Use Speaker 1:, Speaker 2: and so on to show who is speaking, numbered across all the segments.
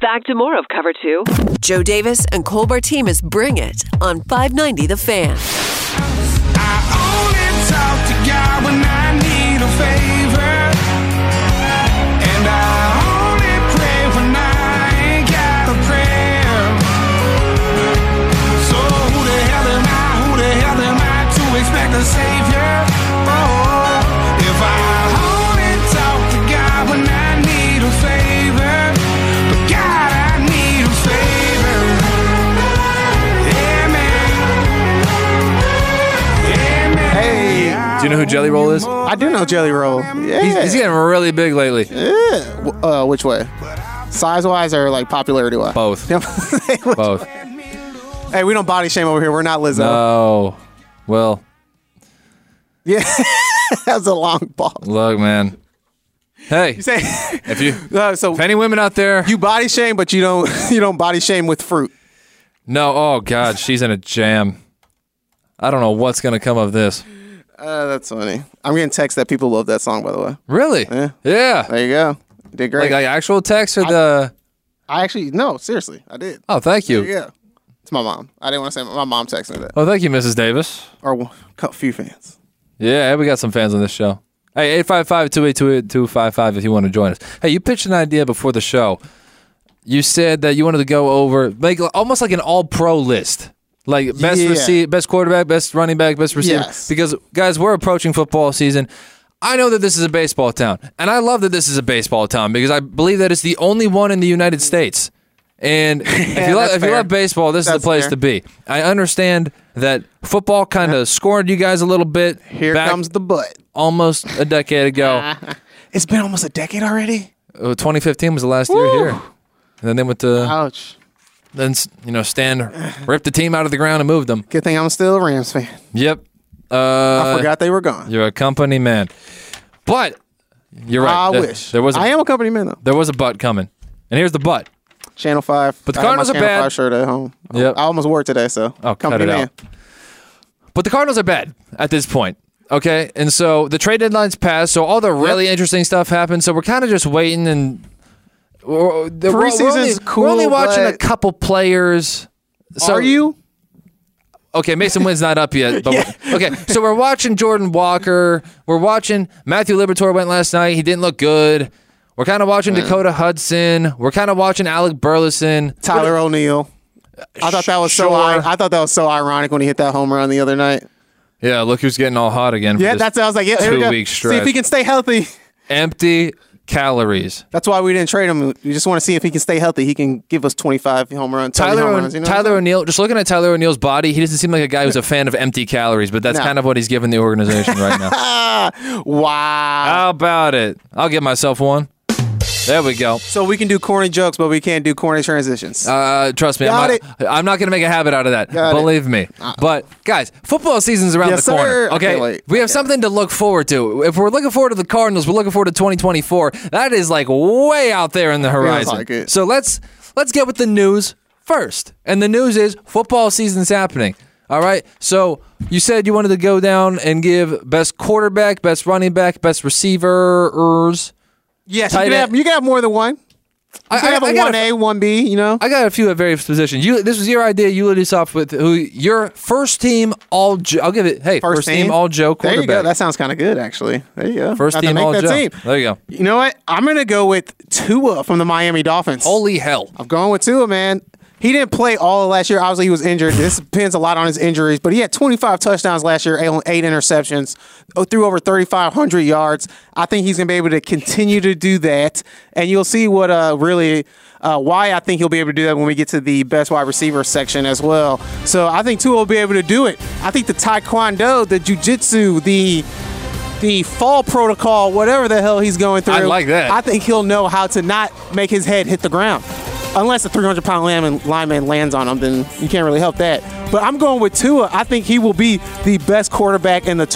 Speaker 1: back to more of Cover Two.
Speaker 2: Joe Davis and Cole Bartimus bring it on 590 The Fan.
Speaker 3: I only talk to God when I need a favor. And I only pray when I ain't got a prayer. So who the hell am I? Who the hell am I to expect a savior? Oh, if I only talk to God when I need a favor. But God, I need a favor. Amen. Hey,
Speaker 4: Do you know who Jelly Roll is?
Speaker 5: I do know Jelly Roll. Yeah.
Speaker 4: He's, he's getting really big lately.
Speaker 5: W- uh, which way? Size wise or like popularity wise?
Speaker 4: Both. Both.
Speaker 5: hey, we don't body shame over here. We're not Lizzo.
Speaker 4: No. Well,
Speaker 5: That's a long ball.
Speaker 4: look, man. Hey,
Speaker 5: Say,
Speaker 4: if you,
Speaker 5: no, so
Speaker 4: if any women out there,
Speaker 5: you body shame, but you don't you don't body shame with fruit.
Speaker 4: no. Oh God, she's in a jam. I don't know what's gonna come of this.
Speaker 5: Uh, that's funny. I'm getting texts that people love that song. By the way,
Speaker 4: Really? Yeah.
Speaker 5: there you go. You did great.
Speaker 4: Like, like actual text or the?
Speaker 5: I actually no, seriously, I did.
Speaker 4: Oh, thank you.
Speaker 5: Yeah, it's my mom. I didn't want to say my mom texted me that.
Speaker 4: Oh, thank you, Mrs. Davis.
Speaker 5: Or one- a few fans.
Speaker 4: Yeah, we got some fans on this show. Hey, 855-282-8255 if you want to join us. Hey, you pitched an idea before the show. You said that you wanted to go over like almost like an all-pro list. Like best
Speaker 5: Yeah.
Speaker 4: receive, best quarterback, best running back, best receiver.
Speaker 5: Yes.
Speaker 4: Because guys, we're approaching football season. I know that this is a baseball town, and I love that this is a baseball town because I believe that it's the only one in the United States. And if you love,
Speaker 5: that's
Speaker 4: if you
Speaker 5: fair.
Speaker 4: love baseball, this is
Speaker 5: That's
Speaker 4: the place
Speaker 5: fair.
Speaker 4: to be. I understand that football kind of scored you guys a little bit.
Speaker 5: Here
Speaker 4: back
Speaker 5: comes the butt.
Speaker 4: almost a decade ago.
Speaker 5: It's been almost a decade already.
Speaker 4: Uh, 2015 was the last year here. And then they went to
Speaker 5: Ouch.
Speaker 4: then s- you know Stan ripped the team out of the ground and moved them.
Speaker 5: Good thing I'm still a Rams fan.
Speaker 4: Yep. Uh,
Speaker 5: I forgot they were gone.
Speaker 4: You're a company man, but you're right.
Speaker 5: I
Speaker 4: there,
Speaker 5: wish
Speaker 4: there was a,
Speaker 5: I am a company man though.
Speaker 4: there was a butt coming, and here's the butt.
Speaker 5: Channel Five.
Speaker 4: But the
Speaker 5: I have my
Speaker 4: Cardinals are
Speaker 5: Channel
Speaker 4: bad.
Speaker 5: Five shirt at home.
Speaker 4: Yep.
Speaker 5: I almost wore it today, so
Speaker 4: Oh, cut
Speaker 5: company
Speaker 4: it out.
Speaker 5: man.
Speaker 4: But the Cardinals are bad at this point. Okay, and so the trade deadline's passed, so all the really interesting stuff happened. So we're kind of just waiting, and we're, the, we're, we're only,
Speaker 5: Preseason's cool,
Speaker 4: we're only watching a
Speaker 5: but-
Speaker 4: couple players. So
Speaker 5: are you?
Speaker 4: Okay, Mason Wynn's not up yet. But okay, so we're watching Jordan Walker. We're watching Matthew Libertor went last night. He didn't look good. We're kind of watching Dakota Hudson. We're kind of watching Alec Burleson.
Speaker 5: Tyler O'Neill. I thought that was so.
Speaker 4: Sure.
Speaker 5: I, I thought that was so ironic when he hit that home run the other night.
Speaker 4: Yeah, look who's getting all hot again. for
Speaker 5: Yeah,
Speaker 4: this
Speaker 5: that's. I was like, yeah, here we
Speaker 4: two
Speaker 5: go.
Speaker 4: week
Speaker 5: See if
Speaker 4: stretch.
Speaker 5: he can stay healthy.
Speaker 4: empty calories.
Speaker 5: That's why we didn't trade him. We just want to see if he can stay healthy. He can give us 25 home run, 20
Speaker 4: Tyler
Speaker 5: home
Speaker 4: o-
Speaker 5: runs. You know what I'm
Speaker 4: Tyler
Speaker 5: saying?
Speaker 4: O'Neill. Just looking at Tyler O'Neill's body, he doesn't seem like a guy who's a fan of empty calories. But that's
Speaker 5: No.
Speaker 4: kind of what he's giving the organization right now.
Speaker 5: Wow.
Speaker 4: How about it? I'll get myself one. There we go.
Speaker 5: so we can do corny jokes, but we can't do corny transitions.
Speaker 4: Uh, trust me,
Speaker 5: Got
Speaker 4: I'm
Speaker 5: it.
Speaker 4: not, I'm not going to make a habit out of that.
Speaker 5: Got it. Uh.
Speaker 4: Believe me. But guys, football season's around
Speaker 5: Yes,
Speaker 4: the corner.
Speaker 5: sir. I
Speaker 4: Okay,
Speaker 5: can't wait.
Speaker 4: we
Speaker 5: I
Speaker 4: have
Speaker 5: can't
Speaker 4: something to look forward to. If we're looking forward to the Cardinals, we're looking forward to 2024. That is like way out there in the horizon.
Speaker 5: like it.
Speaker 4: So let's let's get with the news first. And the news is football season's happening. All right. So you said you wanted to go down and give best quarterback, best running back, best receivers.
Speaker 5: yes, you
Speaker 4: tight
Speaker 5: can,
Speaker 4: end-
Speaker 5: have, you can have more than one. You can have a
Speaker 4: got a-
Speaker 5: 1A, 1B, you know?
Speaker 4: I got a few at various positions. You, this was your idea. You lit us off with who your first team all. Jo- I'll give it. Hey, first, team all Joe
Speaker 5: There you
Speaker 4: quarterback.
Speaker 5: go. That sounds kind of good, actually. There you go.
Speaker 4: first
Speaker 5: Got to
Speaker 4: team
Speaker 5: make
Speaker 4: all
Speaker 5: that
Speaker 4: Joe.
Speaker 5: team.
Speaker 4: There you go.
Speaker 5: You know what? I'm going to go with Tua from the Miami Dolphins.
Speaker 4: Holy hell!
Speaker 5: I'm going with Tua, man. He didn't play all of last year. Obviously, he was injured. This depends a lot on his injuries, but he had 25 touchdowns last year, eight eight interceptions, oh, threw over 3,500 yards. I think he's going to be able to continue to do that, and you'll see what uh, really uh, why I think he'll be able to do that when we get to the best wide receiver section as well. So I think Tua will be able to do it. I think the Taekwondo, the Jiu Jitsu, the the fall protocol, whatever the hell he's going through.
Speaker 4: I like that.
Speaker 5: I think he'll know how to not make his head hit the ground. Unless a 300 pound lineman, lineman lands on him, then you can't really help that. But I'm going with Tua. I think he will be the best quarterback in the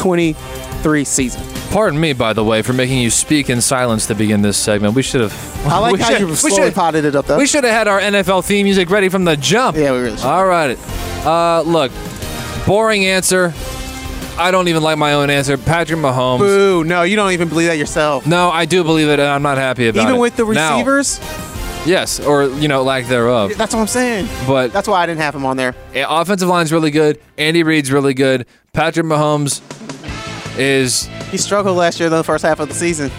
Speaker 5: 2023 season.
Speaker 4: Pardon me, by the way, for making you speak in silence to begin this segment. We should have.
Speaker 5: I like
Speaker 4: we
Speaker 5: how
Speaker 4: should-
Speaker 5: you
Speaker 4: we
Speaker 5: slowly
Speaker 4: should-
Speaker 5: potted it up, though.
Speaker 4: We should have had our NFL theme music ready from the jump.
Speaker 5: Yeah, we really should.
Speaker 4: All right. Uh, look, boring answer. I don't even like my own answer. Patrick Mahomes.
Speaker 5: Boo, no, you don't even believe that yourself.
Speaker 4: No, I do believe it, and I'm not happy about it.
Speaker 5: Even with the
Speaker 4: Now-
Speaker 5: receivers,
Speaker 4: Yes, or you know, lack thereof.
Speaker 5: That's what I'm saying.
Speaker 4: But-
Speaker 5: that's why I didn't have him on there.
Speaker 4: Yeah, offensive line's really good. Andy Reid's really good. Patrick Mahomes is
Speaker 5: He struggled last year, though, the first half of the season.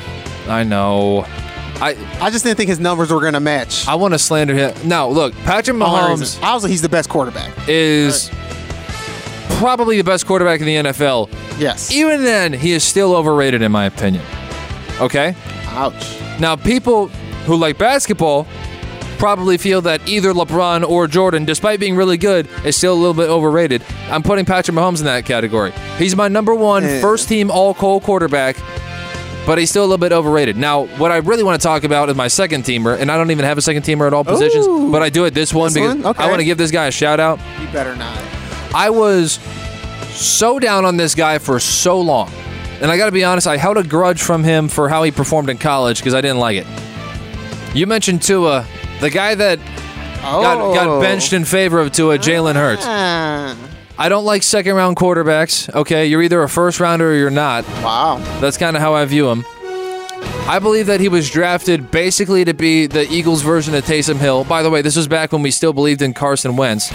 Speaker 4: I know. I
Speaker 5: I just didn't think his numbers were going to match.
Speaker 4: I want to slander him. No, look, Patrick
Speaker 5: Only
Speaker 4: Mahomes
Speaker 5: reason- I was he's the best quarterback.
Speaker 4: is probably the best quarterback in the NFL.
Speaker 5: Yes.
Speaker 4: Even then, he is still overrated in my opinion. Okay?
Speaker 5: Ouch.
Speaker 4: Now, people who like basketball probably feel that either LeBron or Jordan, despite being really good, is still a little bit overrated. I'm putting Patrick Mahomes in that category. He's my number one
Speaker 5: Yeah.
Speaker 4: first team all cole quarterback, but he's still a little bit overrated. Now, what I really want to talk about is my second teamer, and I don't even have a second teamer at all positions,
Speaker 5: Ooh.
Speaker 4: but I do at this one
Speaker 5: This
Speaker 4: because
Speaker 5: one? Okay.
Speaker 4: I want to give this guy a shout out.
Speaker 5: You better not.
Speaker 4: I was so down on this guy for so long. And I got to be honest, I held a grudge from him for how he performed in college because I didn't like it. You mentioned Tua, the guy that
Speaker 5: Oh.
Speaker 4: got, got benched in favor of Tua, Jalen Hurts.
Speaker 5: Ah,
Speaker 4: I don't like second round quarterbacks, okay? You're either a first rounder or you're not.
Speaker 5: wow.
Speaker 4: That's kind of how I view him. I believe that he was drafted basically to be the Eagles' version of Taysom Hill. By the way, this was back when we still believed in Carson Wentz.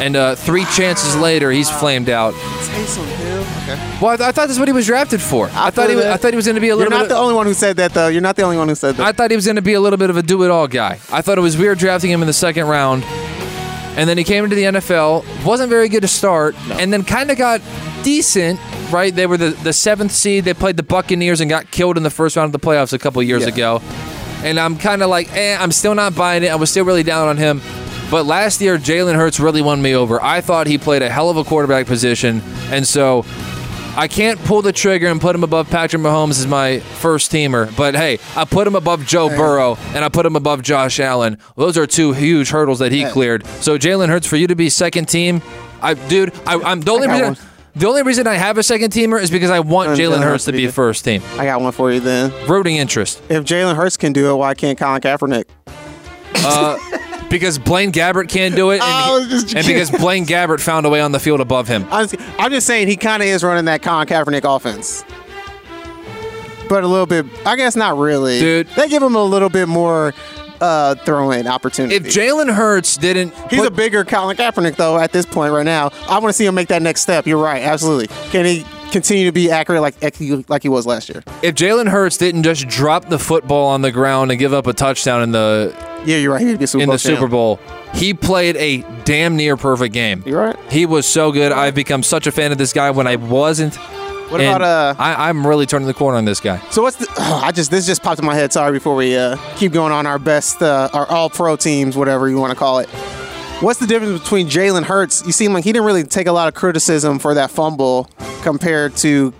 Speaker 4: And uh, three
Speaker 5: Ah.
Speaker 4: chances later, he's flamed out.
Speaker 5: Taysom Hill. Okay.
Speaker 4: Well, I, th- I thought that's what he was drafted for. I,
Speaker 5: I
Speaker 4: thought he
Speaker 5: feel
Speaker 4: was,
Speaker 5: that.
Speaker 4: I thought he was going to be a
Speaker 5: You're
Speaker 4: little.
Speaker 5: not
Speaker 4: bit
Speaker 5: the
Speaker 4: of,
Speaker 5: only one who said that, though. You're not the only one who said that.
Speaker 4: I thought he was going to be a little bit of a do-it-all guy. I thought it was weird drafting him in the second round, and then he came into the NFL. wasn't very good to start, and then kind of got decent. Right? They were the, the seventh seed. They played the Buccaneers and got killed in the first round of the playoffs a couple years
Speaker 5: Yeah.
Speaker 4: ago. And I'm kind of like, eh, I'm still not buying it. I was still really down on him. But last year, Jalen Hurts really won me over. I thought he played a hell of a quarterback position, and so I can't pull the trigger and put him above Patrick Mahomes as my first teamer, but hey, I put him above Joe Burrow and I put him above Josh Allen. Those are two huge hurdles that he
Speaker 5: Hey.
Speaker 4: cleared. So Jalen Hurts for you to be second team, I dude, I, I'm the only
Speaker 5: got
Speaker 4: reason
Speaker 5: one.
Speaker 4: the only reason I have a second teamer is because I want
Speaker 5: And uh,
Speaker 4: Jalen Hurts to be
Speaker 5: the-
Speaker 4: first team.
Speaker 5: I got one for you then.
Speaker 4: Rooting interest
Speaker 5: If Jalen Hurts can do it, why can't Colin Kaepernick?
Speaker 4: because Blaine Gabbert can't do it, and,
Speaker 5: I was just
Speaker 4: and because Blaine Gabbert found a way on the field above him.
Speaker 5: I'm just, I'm just saying he kind of is running that Colin Kaepernick offense. But a little bit, I guess not really.
Speaker 4: Dude.
Speaker 5: They give him a little bit more uh, throwing opportunity.
Speaker 4: If Jalen Hurts didn't,
Speaker 5: He's
Speaker 4: put-
Speaker 5: a bigger Colin Kaepernick, though, at this point right now. I want to see him make that next step. You're right. Absolutely. Can he continue to be accurate like like he- like he was last year?
Speaker 4: if Jalen Hurts didn't just drop the football on the ground and give up a touchdown in the
Speaker 5: Yeah, you're right. He'd be a Super
Speaker 4: in
Speaker 5: Bowl
Speaker 4: the Super
Speaker 5: champ.
Speaker 4: Bowl. He played a damn near perfect game.
Speaker 5: You're right.
Speaker 4: He was so good. I've become such a fan of this guy when I wasn't.
Speaker 5: What
Speaker 4: And
Speaker 5: about uh?
Speaker 4: I, I'm really turning the corner on this guy.
Speaker 5: So what's the? Oh, I just this just popped in my head. Sorry, before we uh, keep going on our best, uh, our all pro teams, whatever you want to call it. What's the difference between Jalen Hurts? You seem like he didn't really take a lot of criticism for that fumble compared to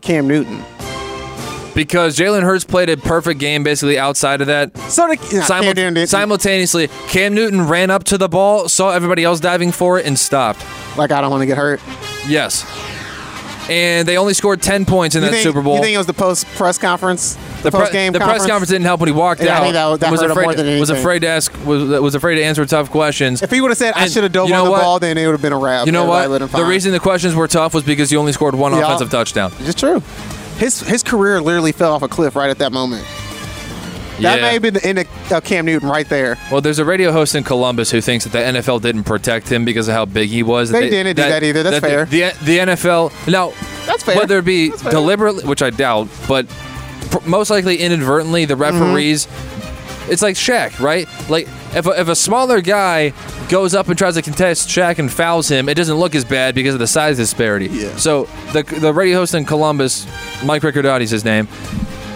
Speaker 5: Cam Newton.
Speaker 4: Because Jalen Hurts played a perfect game basically outside of that.
Speaker 5: So the, nah,
Speaker 4: Simu-
Speaker 5: Cam Newton didn't-
Speaker 4: simultaneously, Cam Newton ran up to the ball, saw everybody else diving for it, and stopped.
Speaker 5: like I don't want to get hurt.
Speaker 4: Yes. And they only scored 10 points in
Speaker 5: You
Speaker 4: that
Speaker 5: think,
Speaker 4: Super Bowl.
Speaker 5: You think it was the post press conference, the,
Speaker 4: pre-
Speaker 5: post game,
Speaker 4: the press conference didn't help when he walked
Speaker 5: Yeah, I
Speaker 4: out.
Speaker 5: think that- that
Speaker 4: was
Speaker 5: hurt him
Speaker 4: afraid
Speaker 5: more than
Speaker 4: was
Speaker 5: anything.
Speaker 4: afraid to ask was, was afraid to answer tough questions.
Speaker 5: If he would have said I
Speaker 4: And
Speaker 5: should have dove
Speaker 4: you know
Speaker 5: on the
Speaker 4: what?
Speaker 5: ball, then it would have been a wrap.
Speaker 4: You know
Speaker 5: Everybody
Speaker 4: what?
Speaker 5: let him
Speaker 4: The
Speaker 5: find-
Speaker 4: reason the questions were tough was because you only scored one
Speaker 5: Yeah.
Speaker 4: offensive touchdown.
Speaker 5: It's true. His his career literally fell off a cliff right at that moment. That
Speaker 4: Yeah.
Speaker 5: may have been the end of of Cam Newton right there.
Speaker 4: Well, there's a radio host in Columbus who thinks that the NFL didn't protect him because of how big he was.
Speaker 5: They didn't do that either. That's
Speaker 4: the- The, the NFL now,
Speaker 5: That's fair.
Speaker 4: whether it be
Speaker 5: That's fair.
Speaker 4: deliberately, which I doubt, but pr- most likely inadvertently, the
Speaker 5: Mm-hmm.
Speaker 4: referees. It's like Shaq, right? Like if a, if a smaller guy goes up and tries to contest Shaq and fouls him, it doesn't look as bad because of the size disparity.
Speaker 5: Yeah.
Speaker 4: So the the radio host in Columbus, Mike Riccardotti's his name.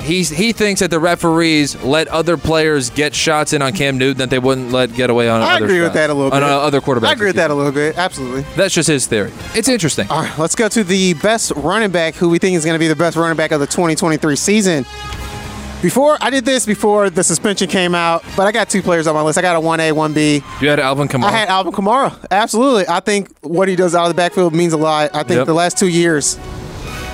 Speaker 4: He's, he thinks that the referees let other players get shots in on Cam Newton that they wouldn't let get away on.
Speaker 5: I
Speaker 4: other
Speaker 5: agree with
Speaker 4: shot-
Speaker 5: that a little
Speaker 4: on
Speaker 5: bit.
Speaker 4: uh, other quarterbacks.
Speaker 5: I agree with that a Uh, little bit. Absolutely.
Speaker 4: That's just his theory. It's interesting.
Speaker 5: All right, let's go to the best running back who we think is going to be the best running back of the 2023 season. Before I did this before the suspension came out, but I got two players on my list. I got a 1A, 1B.
Speaker 4: you had Alvin Kamara.
Speaker 5: I had Alvin Kamara. Absolutely. I think what he does out of the backfield means a lot. I think
Speaker 4: Yep.
Speaker 5: the last two years,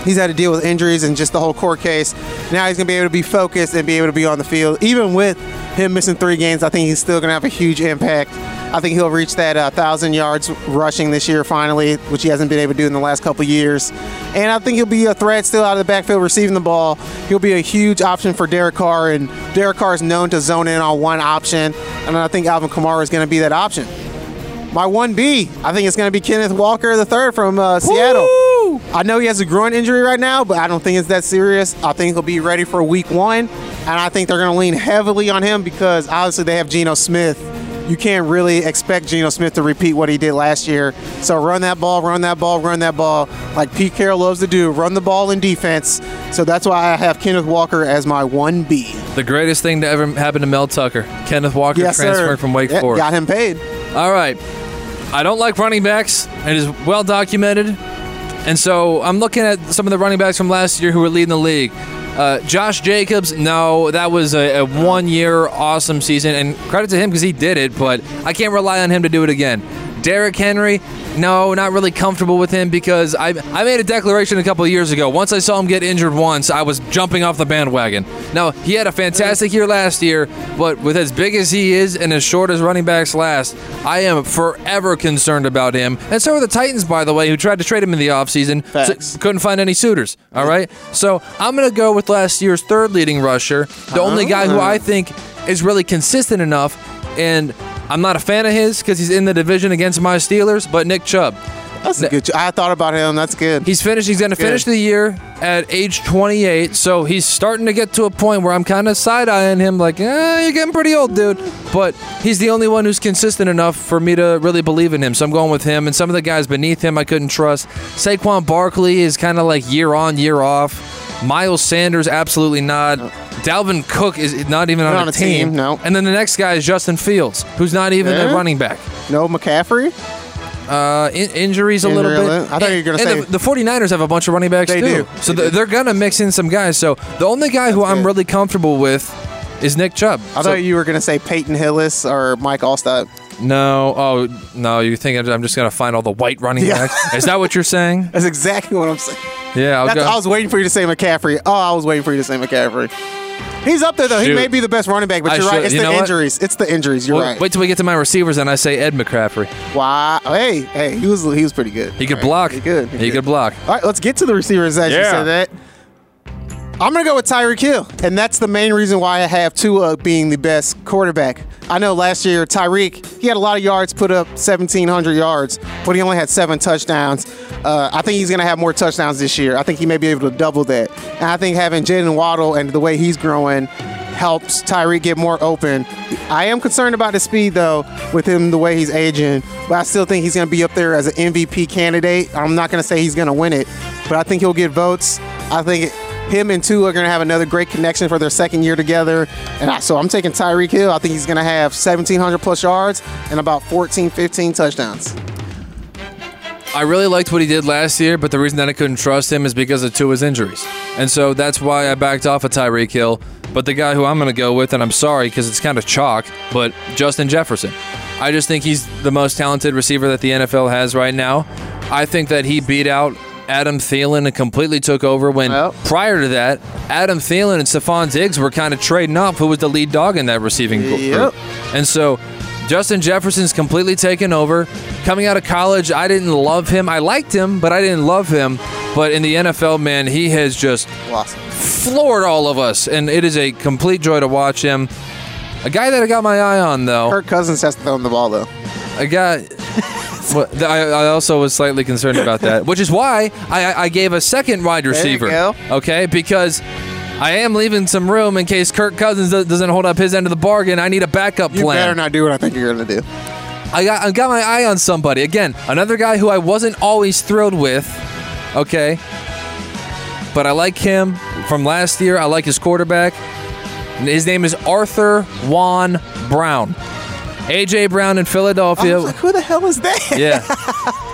Speaker 6: He's had to deal with injuries and just the whole court case. Now he's going to be able to be focused and be able to be on the field. Even with him missing three games, I think he's still going to have a huge impact. I think he'll reach that uh, thousand yards rushing this year finally, which he hasn't been able to do in the last couple years. And I think he'll be a threat still out of the backfield receiving the ball. He'll be a huge option for Derek Carr, and Derek Carr is known to zone in on one option, and I think Alvin Kamara is going to be that option. My 1B, I think it's going to be Kenneth Walker III from uh, Seattle. I know he has a groin injury right now, but I don't think it's that serious. I think he'll be ready for week one, and I think they're going to lean heavily on him because obviously they have Geno Smith. You can't really expect Geno Smith to repeat what he did last year. So run that ball, run that ball, run that ball, like Pete Carroll loves to do. Run the ball in defense. So that's why I have Kenneth Walker as my 1B.
Speaker 4: The greatest thing to ever happen to Mel Tucker, Kenneth Walker
Speaker 6: Yes,
Speaker 4: transferred
Speaker 6: sir.
Speaker 4: from Wake
Speaker 6: Yeah,
Speaker 4: Forest.
Speaker 6: Got him paid.
Speaker 4: All right. I don't like running backs. It is well documented. And so I'm looking at some of the running backs from last year who were leading the league. Uh, Josh Jacobs, no, that was a, a one year awesome season. And credit to him because he did it, but I can't rely on him to do it again. Derrick Henry, no, not really comfortable with him because I, I made a declaration a couple of years ago. Once I saw him get injured once, I was jumping off the bandwagon. Now, he had a fantastic year last year, but with as big as he is and as short as running backs last, I am forever concerned about him. And so are the Titans, by the way, who tried to trade him in the offseason.
Speaker 6: Facts.
Speaker 4: So- couldn't find any suitors. All right. So I'm going to go with last year's third leading rusher, the only guy who I think is really consistent enough. And I'm not a fan of his because he's in the division against my Steelers, but Nick Chubb.
Speaker 6: That's a good. ch- I thought about him. That's good.
Speaker 4: He's finished. He's going to
Speaker 6: Good.
Speaker 4: finish the year at age 28. So he's starting to get to a point where I'm kind of side eyeing him, like, eh, you're getting pretty old, dude. But he's the only one who's consistent enough for me to really believe in him. So I'm going with him. And some of the guys beneath him I couldn't trust. Saquon Barkley is kind of like year on, year off. Miles Sanders, absolutely not. Dalvin Cook is not even on,
Speaker 6: Not on a team, no.
Speaker 4: And then the next guy is Justin Fields, who's not even
Speaker 6: Yeah.
Speaker 4: a running back.
Speaker 6: No McCaffrey.
Speaker 4: Uh, in- injuries a
Speaker 6: Injury
Speaker 4: little
Speaker 6: a
Speaker 4: bit.
Speaker 6: little- I thought you were gonna
Speaker 4: And
Speaker 6: say-
Speaker 4: the, the 49ers have a bunch of running backs
Speaker 6: They
Speaker 4: too.
Speaker 6: do.
Speaker 4: So
Speaker 6: They
Speaker 4: th-
Speaker 6: do.
Speaker 4: they're gonna mix in some guys. So the only guy who I'm
Speaker 6: it.
Speaker 4: really comfortable with is Nick Chubb.
Speaker 6: I
Speaker 4: So-
Speaker 6: thought you were gonna say Peyton Hillis or Mike Allstott.
Speaker 4: no, oh no, you think I'm just gonna find all the white running
Speaker 6: Yeah.
Speaker 4: backs? Is that what you're saying?
Speaker 6: That's exactly what I'm saying.
Speaker 4: Yeah, I'll
Speaker 6: That's,
Speaker 4: go-
Speaker 6: I was waiting for you to say McCaffrey. Oh, I was waiting for you to say McCaffrey. He's up there though.
Speaker 4: Shoot.
Speaker 6: He may be the best running back, but
Speaker 4: I
Speaker 6: you're
Speaker 4: should-
Speaker 6: right. It's
Speaker 4: you know
Speaker 6: the
Speaker 4: what?
Speaker 6: injuries. It's the injuries. You're
Speaker 4: Wait-
Speaker 6: right.
Speaker 4: Wait till we get to my receivers and I say Ed McCaffrey.
Speaker 6: Wow. Hey, hey, he was he was pretty good.
Speaker 4: He could
Speaker 6: All right.
Speaker 4: block.
Speaker 6: He good.
Speaker 4: He could block.
Speaker 6: All right, let's get to the receivers as you
Speaker 4: Yeah.
Speaker 6: said that. I'm gonna go with Tyreek Hill, and that's the main reason why I have Tua being the best quarterback. I know last year Tyreek he had a lot of yards, put up 1,700 yards, but he only had seven touchdowns. Uh, I think he's gonna have more touchdowns this year. I think he may be able to double that, and I think having Jaden Waddle and the way he's growing helps Tyreek get more open. I am concerned about his speed though, with him the way he's aging, but I still think he's gonna be up there as an MVP candidate. I'm not gonna say he's gonna win it, but I think he'll get votes. I think him and Tua are going to have another great connection for their second year together. And I, so I'm taking Tyreek Hill. I think he's going to have 1,700 plus yards and about 14, 15 touchdowns.
Speaker 4: I really liked what he did last year, but the reason that I couldn't trust him is because of Tua's injuries. And so that's why I backed off of Tyreek Hill. But the guy who I'm going to go with, and I'm sorry because it's kind of chalk, but Justin Jefferson. I just think he's the most talented receiver that the NFL has right now. I think that he beat out Adam Thielen and completely took over when
Speaker 6: Well.
Speaker 4: prior to that, Adam Thielen and Stephon Diggs were kind of trading off who was the lead dog in that receiving group.
Speaker 6: Yep.
Speaker 4: And so Justin Jefferson's completely taken over. Coming out of college, I didn't love him. I liked him, but I didn't love him. But in the NFL, man, he has just
Speaker 6: Awesome.
Speaker 4: floored all of us, and it is a complete joy to watch him. A guy that I got my eye on, though,
Speaker 6: Kirk Cousins has to throw him the ball, though.
Speaker 4: I got. Well, th- I, I also was slightly concerned about that, which is why I, I- I gave a second wide
Speaker 6: you
Speaker 4: receiver.
Speaker 6: go.
Speaker 4: Okay, because I am leaving some room in case Kirk Cousins do- doesn't hold up his end of the bargain. I need a backup
Speaker 6: You
Speaker 4: plan.
Speaker 6: better not do what I think you're going to do.
Speaker 4: I got, I got my eye on somebody. Again, another guy who I wasn't always thrilled with. Okay. But I like him from last year. I like his quarterback. And His name is Arthur Juan Brown. AJ Brown in
Speaker 6: I
Speaker 4: Philadelphia.
Speaker 6: was like, who the hell is that?
Speaker 4: yeah.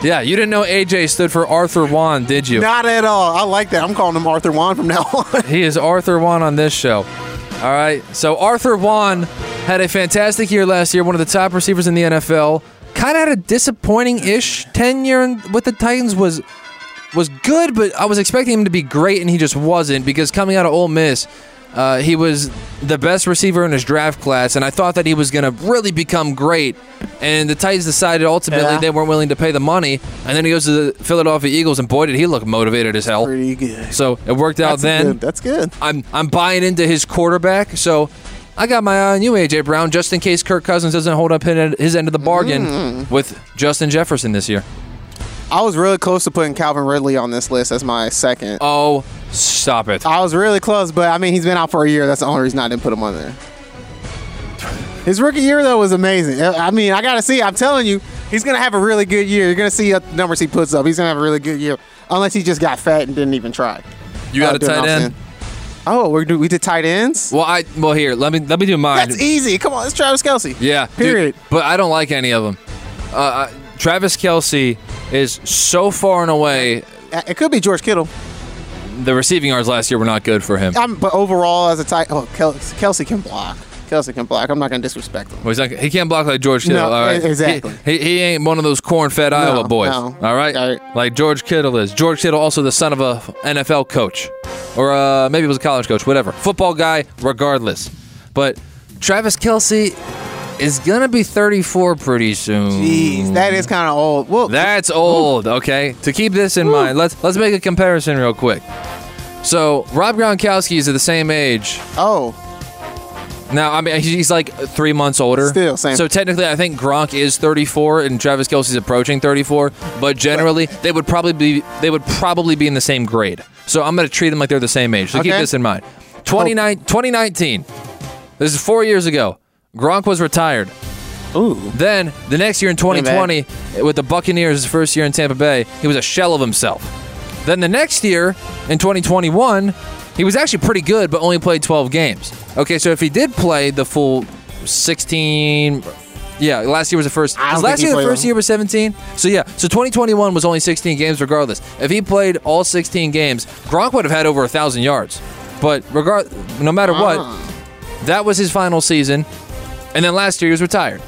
Speaker 4: Yeah, you didn't know AJ stood for Arthur Juan, did you?
Speaker 6: Not at all. I like that. I'm calling him Arthur Juan from now on.
Speaker 4: He is Arthur Juan on this show. All right. So Arthur Juan had a fantastic year last year, one of the top receivers in the NFL. Kind of had a disappointing ish tenure in- with the Titans was was good, but I was expecting him to be great, and he just wasn't because coming out of Ole Miss, uh, he was the best receiver in his draft class, and I thought that he was going to really become great. And the Titans decided ultimately
Speaker 5: Yeah.
Speaker 4: they weren't willing to pay the money, and then he goes to the Philadelphia Eagles, and boy, did he look motivated as hell.
Speaker 5: Pretty good.
Speaker 4: So it worked out
Speaker 5: That's
Speaker 4: then.
Speaker 5: good. That's good.
Speaker 4: I'm I'm buying into his quarterback. So I got my eye on you, AJ Brown, just in case Kirk Cousins doesn't hold up his his end of the bargain with Justin Jefferson this year.
Speaker 5: I was really close to putting Calvin Ridley on this list as my second.
Speaker 4: Oh, stop it!
Speaker 5: I was really close, but I mean, he's been out for a year. That's the only reason I didn't put him on there. His rookie year though was amazing. Uh, I mean, I gotta see. I'm telling you, he's gonna have a really good year. You're gonna see the numbers he puts up. He's gonna have a really good year, unless he just got fat and didn't even try.
Speaker 4: You got
Speaker 5: Uh,
Speaker 4: a
Speaker 5: during
Speaker 4: tight end.
Speaker 5: offseason. Oh, we do we did tight ends.
Speaker 4: Well, I well here let me let me do mine.
Speaker 5: That's easy. Come on, it's Travis Kelsey.
Speaker 4: Yeah. dude,
Speaker 5: Period.
Speaker 4: but I don't like any of them. Uh, I, Travis Kelsey is so far and away.
Speaker 5: Uh, It could be George Kittle.
Speaker 4: The receiving yards last year were not good for him.
Speaker 5: I'm, but overall, as a tight, oh, Kel- Kelsey can block. Kelsey can block. I'm not gonna disrespect him.
Speaker 4: Well, he's not, he can't block like George Kittle.
Speaker 5: No,
Speaker 4: all right?
Speaker 5: e- exactly.
Speaker 4: He, he, he ain't one of those corn-fed Iowa boys.
Speaker 5: no.
Speaker 4: All right?
Speaker 5: All right.
Speaker 4: like George Kittle is. George Kittle also the son of a NFL coach, or uh, maybe it was a college coach. Whatever, football guy, regardless. But Travis Kelsey is gonna be 34 pretty soon.
Speaker 5: Jeez, that is kind of old. Well,
Speaker 4: That's old, okay? To keep this in mind, let's let's make a comparison real quick. So Rob Gronkowski is at the same age.
Speaker 5: oh,
Speaker 4: Now I mean he's like three months older.
Speaker 5: Still, same.
Speaker 4: So technically, I think Gronk is 34 and Travis Kelsey's approaching 34. But generally, they would probably be they would probably be in the same grade. So I'm gonna treat them like they're the same age. So keep
Speaker 5: Okay.
Speaker 4: this in mind. 29, 2019. This is four years ago. Gronk was retired.
Speaker 5: ooh.
Speaker 4: Then the next year in 2020, with the Buccaneers, his first year in Tampa Bay, he was a shell of himself. Then the next year in 2021, he was actually pretty good, but only played 12 games. Okay, so if he did play the full 16, yeah, last year was the first.
Speaker 5: I don't
Speaker 4: was last
Speaker 5: think he
Speaker 4: year the
Speaker 5: played
Speaker 4: first
Speaker 5: them.
Speaker 4: year was 17. So yeah, so 2021 was only 16 games regardless. If he played all 16 games, Gronk would have had over a thousand yards. But regard, no matter
Speaker 5: Ah.
Speaker 4: what, that was his final season, and then last year he was retired.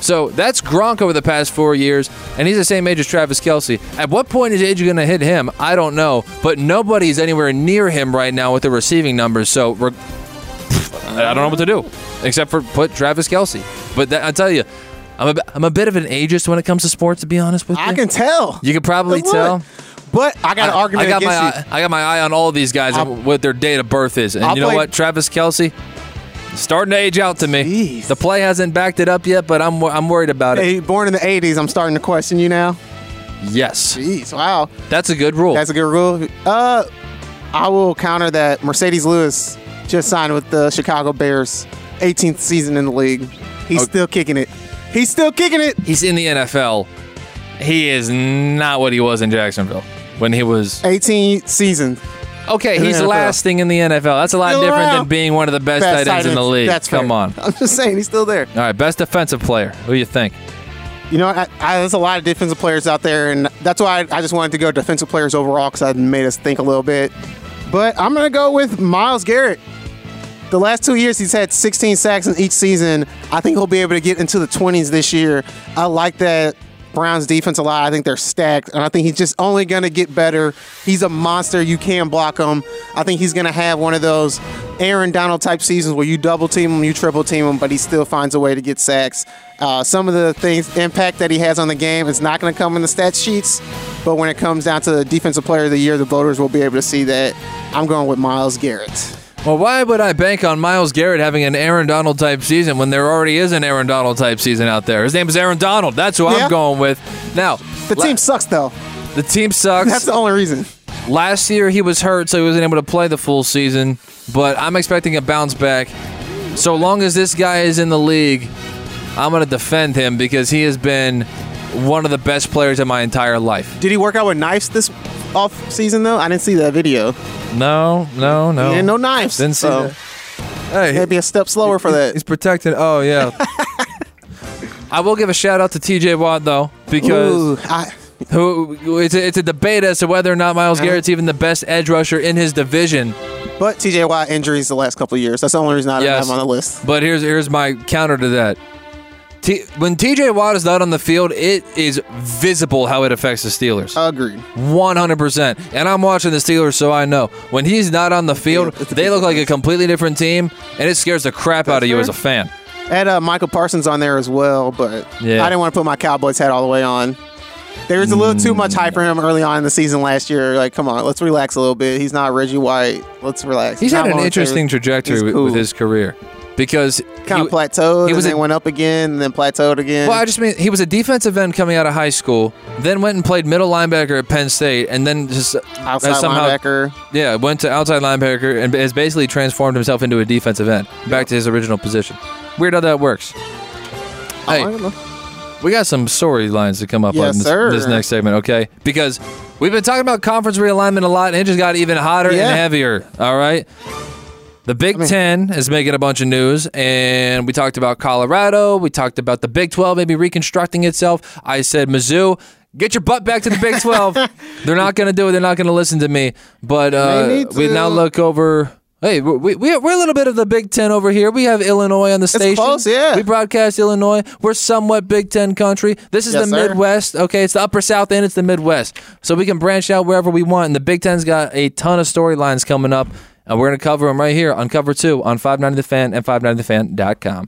Speaker 4: So that's Gronk over the past four years, and he's the same age as Travis Kelsey. At what point is age going to hit him? I don't know, but nobody's anywhere near him right now with the receiving numbers. So re- I don't know what to do except for put Travis Kelsey. But that, I tell you, I'm a, I'm a bit of an ageist when it comes to sports, to be honest with you.
Speaker 5: I can tell.
Speaker 4: you can probably
Speaker 5: I would.
Speaker 4: tell.
Speaker 5: But I got an argument
Speaker 4: I got
Speaker 5: against
Speaker 4: my
Speaker 5: you.
Speaker 4: eye, I got my eye on all of these guys
Speaker 5: I'll-
Speaker 4: and what their date of birth is. And
Speaker 5: I'll
Speaker 4: you know
Speaker 5: play-
Speaker 4: what, Travis Kelsey, starting to age out to me.
Speaker 5: Jeez.
Speaker 4: The play hasn't backed it up yet, but I'm wor- I'm worried about it.
Speaker 5: Hey, born in the 80s, I'm starting to question you now.
Speaker 4: Yes,
Speaker 5: Jeez, wow.
Speaker 4: that's a good rule.
Speaker 5: That's a good rule. Uh, I will counter that Mercedes Lewis just signed with the Chicago Bears, 18th season in the league.
Speaker 4: Oh.
Speaker 5: He's still kicking it. He's still kicking it.
Speaker 4: He's in the NFL. He is not what he was in Jacksonville when he was.
Speaker 5: 18 season.
Speaker 4: Okay,
Speaker 5: the
Speaker 4: he's
Speaker 5: NFL.
Speaker 4: lasting in the NFL. That's a lot
Speaker 5: Still
Speaker 4: different than
Speaker 5: around.
Speaker 4: being one of the best,
Speaker 5: Best
Speaker 4: tight ends in the league.
Speaker 5: That's fair.
Speaker 4: Come on.
Speaker 5: I'm just saying, he's still there.
Speaker 4: All right, best defensive player. Who do you think?
Speaker 5: You know, I, I, there's a lot of defensive players out there, and that's why I, I just wanted to go defensive players overall because that made us think a little bit. But I'm going to go with Miles Garrett. The last two years, he's had 16 sacks in each season. I think he'll be able to get into the 20s this year. I like that Browns defense a lot. I think they're stacked, and I think he's just only going to get better. He's a monster. You can block him. I think he's going to have one of those Aaron Donald type seasons where you double team him, you triple team him, but he still finds a way to get sacks. Uh, some of the things, impact that he has on the game, it's not going to come in the stat sheets, but when it comes down to the defensive player of the year, the voters will be able to see that. I'm going with Miles Garrett.
Speaker 4: Well, why would I bank on Miles Garrett having an Aaron Donald type season when there already is an Aaron Donald type season out there? His name is Aaron Donald. That's who
Speaker 5: Yeah.
Speaker 4: I'm going with. Now,
Speaker 5: The
Speaker 4: la-
Speaker 5: team sucks though.
Speaker 4: the team sucks.
Speaker 5: That's the only reason.
Speaker 4: Last year he was hurt, so he wasn't able to play the full season. But I'm expecting a bounce back. So long as this guy is in the league, I'm going to defend him because he has been one of the best players in my entire life.
Speaker 5: Did he work out with knives this off season though? I didn't see that video.
Speaker 4: No, no, no.
Speaker 5: And no knives.
Speaker 4: Oh. Didn't see
Speaker 5: so
Speaker 4: that. Hey,
Speaker 5: maybe a step slower for
Speaker 4: He's
Speaker 5: that.
Speaker 4: protected. Oh yeah. I will give a shout out to T.J. Watt though, because
Speaker 5: Ooh, I,
Speaker 4: who it's a, it's a debate as to whether or not Miles
Speaker 5: Uh-huh.
Speaker 4: Garrett's even the best edge rusher in his division.
Speaker 5: but TJ Watt injuries the last couple of years. That's the only reason I didn't
Speaker 4: Yes.
Speaker 5: have him on the list.
Speaker 4: But here's here's my counter to that. T- when TJ Watt is not on the field, it is visible how it affects the Steelers.
Speaker 5: Uh.
Speaker 6: Agreed.
Speaker 4: 100%. And I'm watching the Steelers, so I know. When he's not on the field,
Speaker 6: Yeah, it's a
Speaker 4: they look like a completely different team, and it scares the crap out of you
Speaker 6: fair.
Speaker 4: as a fan.
Speaker 6: Had uh, Michael Parsons on there as well, but
Speaker 4: Yeah.
Speaker 6: I didn't want to put my Cowboys hat all the way on. There was a little too much hype for him early on in the season last year. Like, come on, let's relax a little bit. He's not Reggie White. Let's relax.
Speaker 4: He's
Speaker 6: not
Speaker 4: had an
Speaker 6: Monte-
Speaker 4: interesting trajectory
Speaker 6: He's
Speaker 4: with,
Speaker 6: cool.
Speaker 4: with his career because
Speaker 6: kind
Speaker 4: he-
Speaker 6: of plateaued.
Speaker 4: he
Speaker 6: He
Speaker 4: was
Speaker 6: was
Speaker 4: a-
Speaker 6: and then went up again, and then plateaued again.
Speaker 4: Well, I just mean he was a defensive end coming out of high school, then went and played middle linebacker at Penn State, and then just uh,
Speaker 6: outside
Speaker 4: somehow,
Speaker 6: linebacker.
Speaker 4: Yeah, went to outside linebacker and has basically transformed himself into a defensive end, back to his original position. Weird how that works.
Speaker 6: I
Speaker 4: Hey,
Speaker 6: don't know.
Speaker 4: we got some storylines to come up
Speaker 6: Yes,
Speaker 4: on this,
Speaker 6: sir.
Speaker 4: this next segment, okay? Because we've been talking about conference realignment a lot, and it just got even hotter
Speaker 6: Yeah.
Speaker 4: and heavier. All right. The Big Ten is making a bunch of news, and we talked about Colorado. We talked about the Big Twelve maybe reconstructing itself. I said Mizzou. Get your butt back to the Big Twelve. They're not going to do it. They're not going to listen to me. But uh,
Speaker 6: need
Speaker 4: we now
Speaker 6: to.
Speaker 4: look over. Hey, we, we, we're a little bit of the Big Ten over here. We have Illinois on the station.
Speaker 6: close, yeah.
Speaker 4: We broadcast Illinois. We're somewhat Big Ten country. This is
Speaker 6: Yes,
Speaker 4: the
Speaker 6: sir.
Speaker 4: Midwest. Okay, it's the Upper South and it's the Midwest. So we can branch out wherever we want. And the Big Ten's got a ton of storylines coming up. And we're going to cover them right here on Cover 2 on 590 The Fan and 590TheFan.com.